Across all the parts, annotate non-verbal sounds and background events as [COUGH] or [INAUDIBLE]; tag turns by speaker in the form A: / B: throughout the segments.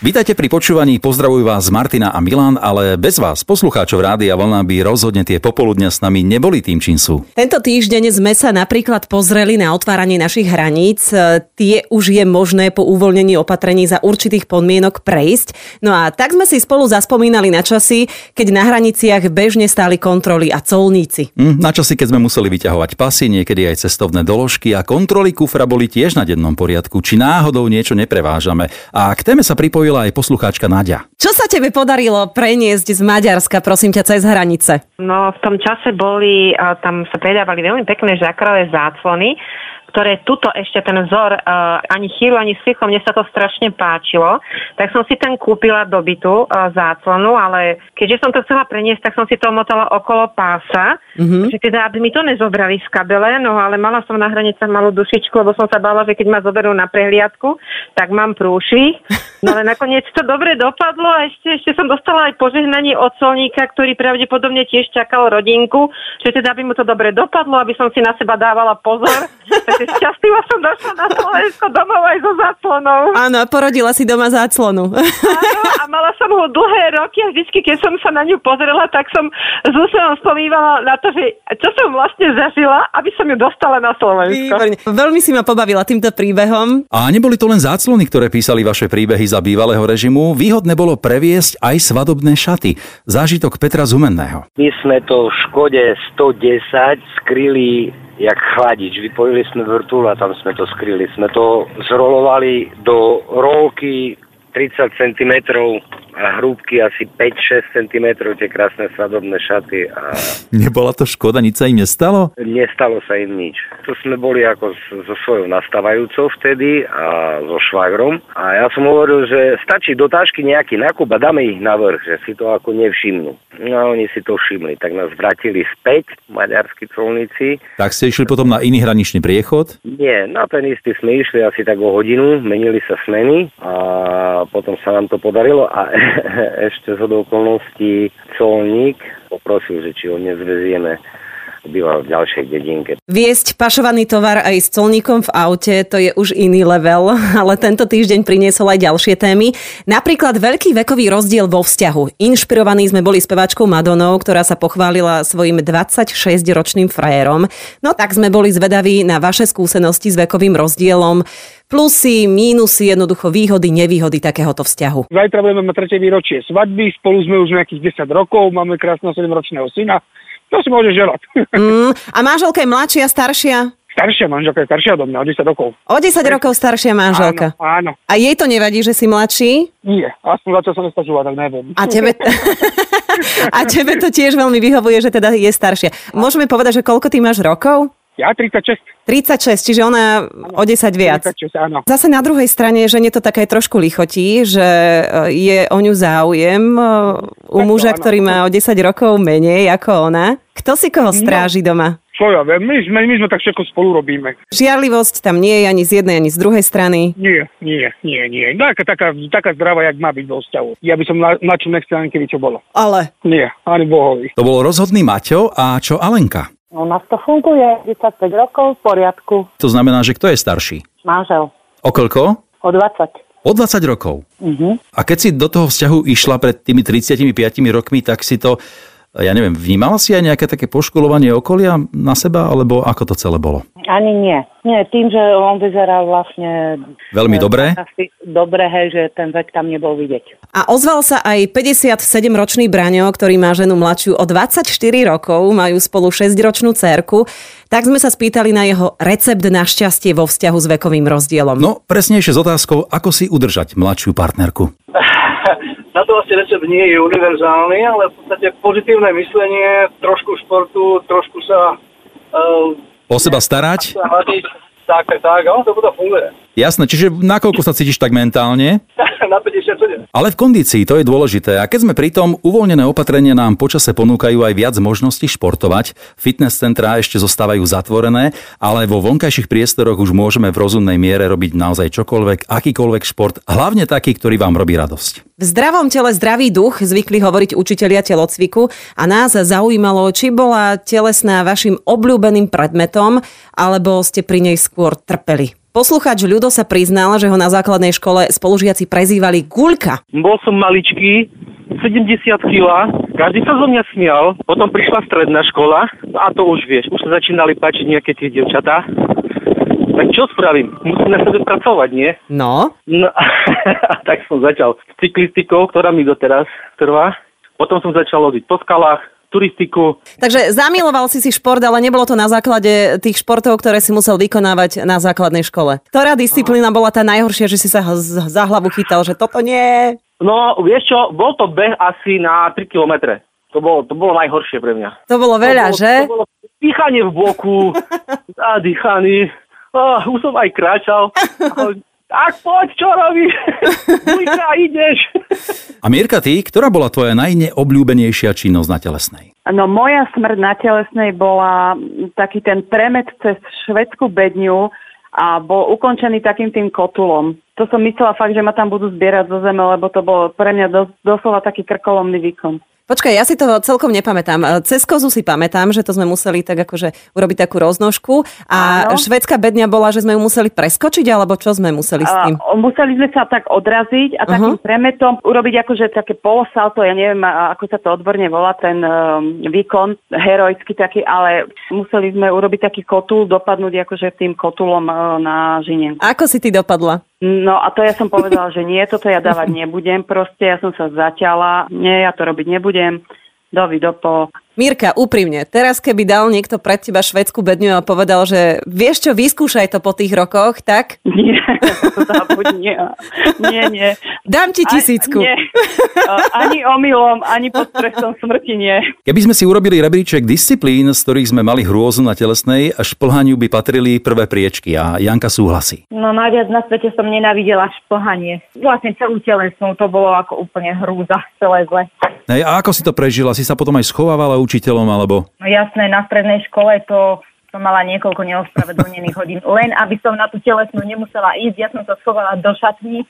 A: Vítajte pri počúvaní, pozdravujú vás Martina a Milan, ale bez vás, poslucháčov Rádia Vlna, by rozhodne tie popoludňa s nami neboli tým, čím sú.
B: Tento týždeň sme sa napríklad pozreli na otváranie našich hraníc. E, Tie už je možné po uvoľnení opatrení za určitých podmienok prejsť. No a tak sme si spolu zaspomínali na časy, keď na hraniciach bežne stáli kontroly a colníci.
A: Hm, na časy, keď sme museli vyťahovať pasy, niekedy aj cestovné doložky a kontroly kufra boli tiež na dennom poriadku, či náhodou niečo neprevážame. A k téme sa pripojila aj poslucháčka Nadia.
B: Čo sa tebe podarilo preniesť z Maďarska, prosím ťa, cez hranice?
C: No v tom čase boli, a tam sa predávali veľmi pekné žakrové záclony, ktoré tuto ešte ten vzor uh, ani chýru, ani svichlo, mne sa to strašne páčilo, tak som si ten kúpila do bytu uh, záclonu, ale keďže som to chcela preniesť, tak som si to omotala okolo pása, mm-hmm. že teda, aby mi to nezobrali z kabele, no ale mala som na hranicách malú dušičku, lebo som sa bála, že keď ma zoberú na prehliadku, tak mám prúšvih, no ale nakoniec to dobre dopadlo a ešte, ešte som dostala aj požehnanie od solníka, ktorý pravdepodobne tiež čakal rodinku, že teda by mu to dobre dopadlo, aby som si na seba dávala pozor. [LAUGHS] Takže šťastlivá som došla na Slovensko domov aj so záclonou.
B: Áno, porodila si doma záclonu. [LAUGHS]
C: Áno, a mala som ho dlhé roky a vždy, keď som sa na ňu pozrela, tak som s úsmevom spomívala na to, že čo som vlastne zažila, aby som ju dostala na Slovensko.
B: Výborne. Veľmi si ma pobavila týmto príbehom.
A: A neboli to len záclony, ktoré písali vaše príbehy za bývalého režimu, výhodné bolo previesť aj svadobné šaty. Zážitok Petra Zumenného.
D: My sme to v Škode 110 skryli jak chladič. Vypojili sme vrtul a tam sme to skryli. Sme to zrolovali do rolky 30 cm a hrúbky asi 5-6 cm tie krásne svadobné šaty a
A: Nebola to škoda, nič sa im nestalo?
D: nestalo sa im nič. To sme boli ako s, so svojou nastávajúcou vtedy a so švagrom a ja som hovoril, že stačí do tášky nejaký nákup a dáme ich na vrch, že si to ako nevšimnú. No a oni si to všimli, tak nás vrátili späť, maďarskí colníci.
A: Tak ste išli potom na iný hraničný priechod?
D: Nie, na ten istý sme išli asi tak o hodinu, menili sa smeny a potom sa nám to podarilo a [LAUGHS] ešte z okolností colník poprosil, že či ho nezvezieme býval v ďalšej dedinke.
B: Viesť pašovaný tovar aj s colníkom v aute, to je už iný level, [LAUGHS] ale tento týždeň priniesol aj ďalšie témy. Napríklad veľký vekový rozdiel vo vzťahu. Inšpirovaní sme boli speváčkou Madonou, ktorá sa pochválila svojim 26-ročným frajerom. No tak sme boli zvedaví na vaše skúsenosti s vekovým rozdielom. Plusy, mínusy, jednoducho výhody, nevýhody takéhoto vzťahu.
E: Zajtra budeme mať tretie výročie svadby, spolu sme už nejakých 10 rokov, máme krásneho 7-ročného syna. To si môže želať.
B: Mm, a manželka je mladšia, staršia?
E: [LAUGHS] Staršia manželka je staršia do mňa, o 10 rokov.
B: O 10 rokov staršia manželka.
E: Áno, áno.
B: A jej to nevadí, že si mladší?
E: Nie, aspoň začal som nestažovať, tak neviem.
B: A
E: [LAUGHS]
B: tebe, [LAUGHS] a tebe to tiež veľmi vyhovuje, že teda je staršia. Môžeme povedať, že koľko ty máš rokov?
E: Ja 36,
B: 36, čiže ona o 10 viac.
E: 36, áno.
B: Zase na druhej strane, že nie to také trošku lichotí, že e, je o ňu záujem e, u
E: Tak to
B: muža,
E: áno.
B: ktorý má o 10 rokov menej ako ona. Kto si
E: No.
B: koho stráži doma?
E: Čo ja viem, my sme, my sme tak všetko spolu robíme.
B: Žiarlivosť tam nie je ani z jednej, ani z druhej strany.
E: Nie, nie, nie, nie. Taká, taká, taká zdravá, jak má byť vo vzťahu. Ja by som na, na čom nechcel ani keby čo bolo.
B: Ale
E: Nie, ani bohovi.
A: To bol rozhodný Maťo a čo Alenka?
F: No na to funguje 35 rokov v poriadku.
A: To znamená, že kto je starší?
F: Manžel
A: O koľko?
F: o 20.
A: O 20 rokov. Uh-huh.
F: Mhm.
A: A keď si do toho vzťahu išla pred tými 35 rokmi, tak si to, ja neviem, vnímala si aj nejaké také poškolovanie okolia na seba, alebo ako to celé bolo?
F: Ani nie. Nie, tým, že on vyzeral vlastne...
A: Veľmi
F: eh,
A: dobre?
F: Asi dobre, hej, že ten vek tam nebol vidieť.
B: a ozval sa aj 57-ročný Braňo, ktorý má ženu mladšiu o 24 rokov, majú spolu 6-ročnú cerku. Tak sme sa spýtali na jeho recept na šťastie vo vzťahu s vekovým rozdielom.
A: No, presnejšie s otázkou, ako si udržať mladšiu partnerku.
G: Na to vlastne recept nie je univerzálny, ale v podstate pozitívne myslenie, trošku športu, trošku sa uh,
A: O seba starať?
G: hľadiť, tak, tak, tak, a on to potom funguje. [LAUGHS]
A: Jasné, čiže nakoľko sa cítiš tak mentálne?
G: Na 57.
A: Ale v kondícii to je dôležité a keď sme pri tom, uvoľnené opatrenia nám počase ponúkajú aj viac možností športovať. Fitness centrá ešte zostávajú zatvorené, ale vo vonkajších priestoroch už môžeme v rozumnej miere robiť naozaj čokoľvek, akýkoľvek šport, hlavne taký, ktorý vám robí radosť.
B: V zdravom tele zdravý duch zvykli hovoriť učitelia telocviku a nás zaujímalo, či bola telesná vašim obľúbeným predmetom, alebo ste pri nej skôr trpeli. Poslucháč Ľudo sa priznal, že ho na základnej škole spolužiaci prezývali Guľka.
G: Bol som maličký, 70 kg, každý sa zo mňa smial, potom prišla stredná škola a to už vieš, už sa začínali páčiť nejaké tie dievčatá. Tak čo spravím? Musím na sebe pracovať, nie?
B: No,
G: No, [LAUGHS] tak som začal s cyklistikou, ktorá mi doteraz trvá. Potom som začal loziť po skalách, turistiku.
B: takže zamiloval si si šport, ale nebolo to na základe tých športov, ktoré si musel vykonávať na základnej škole. Ktorá disciplína bola tá najhoršia, že si sa h- z- za hlavu chytal, že toto nie.
G: No, vieš čo, bol to beh asi na 3 kilometre. To bolo, to bolo najhoršie pre mňa.
B: To bolo veľa,
G: to bolo,
B: že?
G: To bolo dýchanie v
B: [LAUGHS]
G: boku, zadýchaný. Oh, už som aj
B: [LAUGHS]
G: kráčal. Ale- Tak poď, čo robíš? Bujka, ideš.
A: A Mirka, ty, ktorá bola tvoja najneobľúbenejšia činnosť na telesnej?
F: No moja smrť na telesnej bola mm, taký ten premet cez švedskú bedňu a bol ukončený takým tým kotulom. To som myslela fakt, že ma tam budú zbierať zo zeme, lebo to bol pre mňa dos- doslova taký krkolomný výkon.
B: Počkaj, ja si to celkom nepamätám. E, Cez kozu si pamätám, že to sme museli tak akože urobiť takú roznožku a
F: Áno.
B: švedská bedňa bola, že sme ju museli preskočiť, alebo čo sme museli s tým?
F: A museli sme sa tak odraziť a takým
B: Aha.
F: premetom urobiť akože také polosalto, ja neviem, a- ako sa to odborne volá, ten um, výkon herojský taký, ale museli sme urobiť taký kotul, dopadnúť akože tým kotulom e, na žinienku.
B: Ako si ty dopadla?
F: No a to ja som povedala, že nie, toto ja dávať nebudem, proste ja som sa zaťala, nie, ja to robiť nebudem, dovi, dopo.
B: Mirka, úprimne, teraz keby dal niekto pred teba švedskú bedňu a povedal, že vieš čo, vyskúšaj to po tých rokoch, tak
F: [LAUGHS] Nie, to zabuď, nie, nie, nie.
B: dám ti tisícku.
F: A, nie, E, ani omylom, ani pod trestom smrti nie.
A: Keby sme si urobili rebríček disciplín, z ktorých sme mali hrôzu na telesnej, až plhaniu by patrili prvé priečky a Janka súhlasí.
H: No najviac na svete som nenávidela šplhanie. Vlastne celú telesnú, to bolo ako úplne hrúza, celé zle.
A: Hej, a ako si to prežila? Si sa potom aj schovávala učiteľom alebo...
H: No jasné, na strednej škole to som mala niekoľko neospravedlnených hodín. Len aby som na tú telesnú nemusela ísť, ja som sa schovala do šatní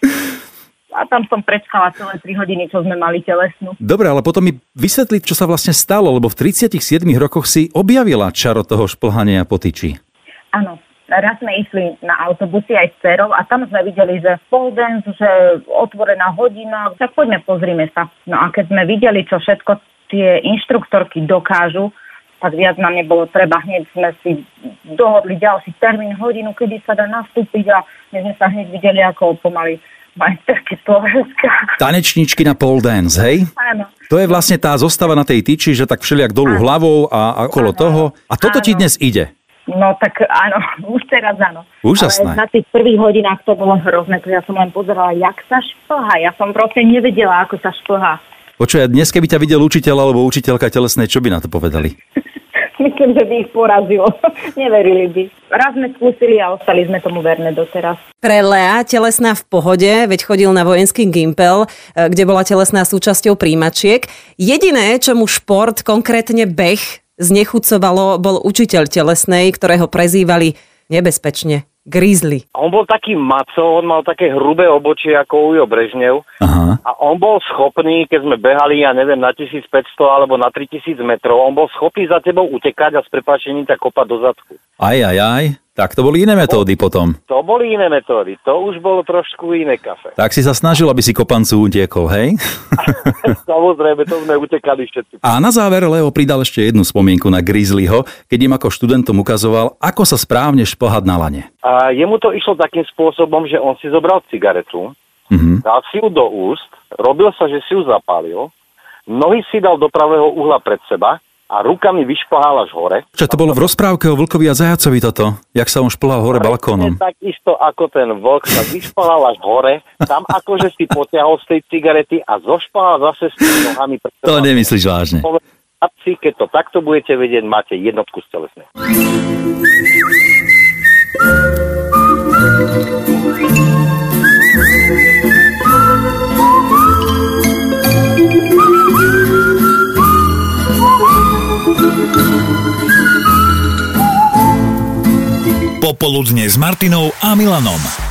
H: a tam som prečkala celé 3 hodiny, čo sme mali telesnú.
A: Dobre, ale potom mi vysvetliť, čo sa vlastne stalo, lebo v 37 rokoch si objavila čaro toho šplhania po tyči.
H: Áno, raz sme išli na autobusy aj s cerou a tam sme videli, že pole dance, že otvorená hodina, tak poďme, pozrime sa. No a keď sme videli, čo všetko tie inštruktorky dokážu, tak viac nám nebolo treba. Hneď sme si dohodli ďalší termín, hodinu, kedy sa dá nastúpiť a my sme sa hneď videli ako pomaly majsterky Slovenska. [LAUGHS]
A: Tanečničky na pole dance, hej?
H: Áno.
A: To je vlastne tá zostava na tej tyči, že tak všelijak dolu hlavou a, a okolo toho. A toto ti
H: Áno.
A: dnes ide.
H: No tak áno, [LAUGHS] už teraz áno.
A: Úžasné.
H: Ale na tých prvých hodinách to bolo hrozné, to ja som len pozerala, jak sa šplhá. Ja som proste nevedela, ako sa šplhá. [LAUGHS]
A: Počuj, dnes keby ťa videl učiteľ alebo učiteľka telesnej, čo by na to povedali?
H: Myslím, že by ich porazilo. [LAUGHS] Neverili by. Raz sme skúsili a ostali sme tomu verné doteraz.
B: Pre Lea telesná v pohode, veď chodil na vojenský gimpel, e, kde bola telesná súčasťou príjimačiek. Jediné, čo mu šport, konkrétne beh, znechucovalo, bol učiteľ telesnej, ktorého prezývali nebezpečne Grizzly.
D: A On bol taký maco, on mal také hrubé obočie ako Ujo Brežnev
A: Aha.
D: a on bol schopný, keď sme behali, ja neviem, na 1500 alebo na 3000 metrov, on bol schopný za tebou utekať a s prepačením ťa kopať do zadku.
A: Aj, aj, aj. Tak to boli iné metódy potom.
D: To boli iné metódy, to už bolo trošku iné kafe. [LAUGHS]
A: Tak si sa snažil, aby si kopancu utiekol, hej? [LAUGHS]
D: Samozrejme, to sme utekali všetci.
A: A na záver Leo pridal ešte jednu spomienku na Grizzlyho, keď im ako študentom ukazoval, ako sa správne šplhať na lane.
D: A jemu to išlo takým spôsobom, že on si zobral cigaretu,
A: Mhm.
D: dal si ju do úst, robil sa, že si ju zapálil, nohy si dal do pravého uhla pred seba a rukami vyšplhal až hore.
A: Čo to bolo v rozprávke o Vlkovi a Zajacovi toto? Jak sa on šplhal hore balkónom.
D: Presne Takisto ako ten vlk sa vyšplhal až hore, tam akože si potiahol z tej cigarety a zošplhal zase s tými nohami pred seba.
A: To nemyslíš vážne.
D: Povedal, chlapci, keď to takto budete vedieť, máte jednotku z telesnej.
I: Popoludne s Martinou a Milanom.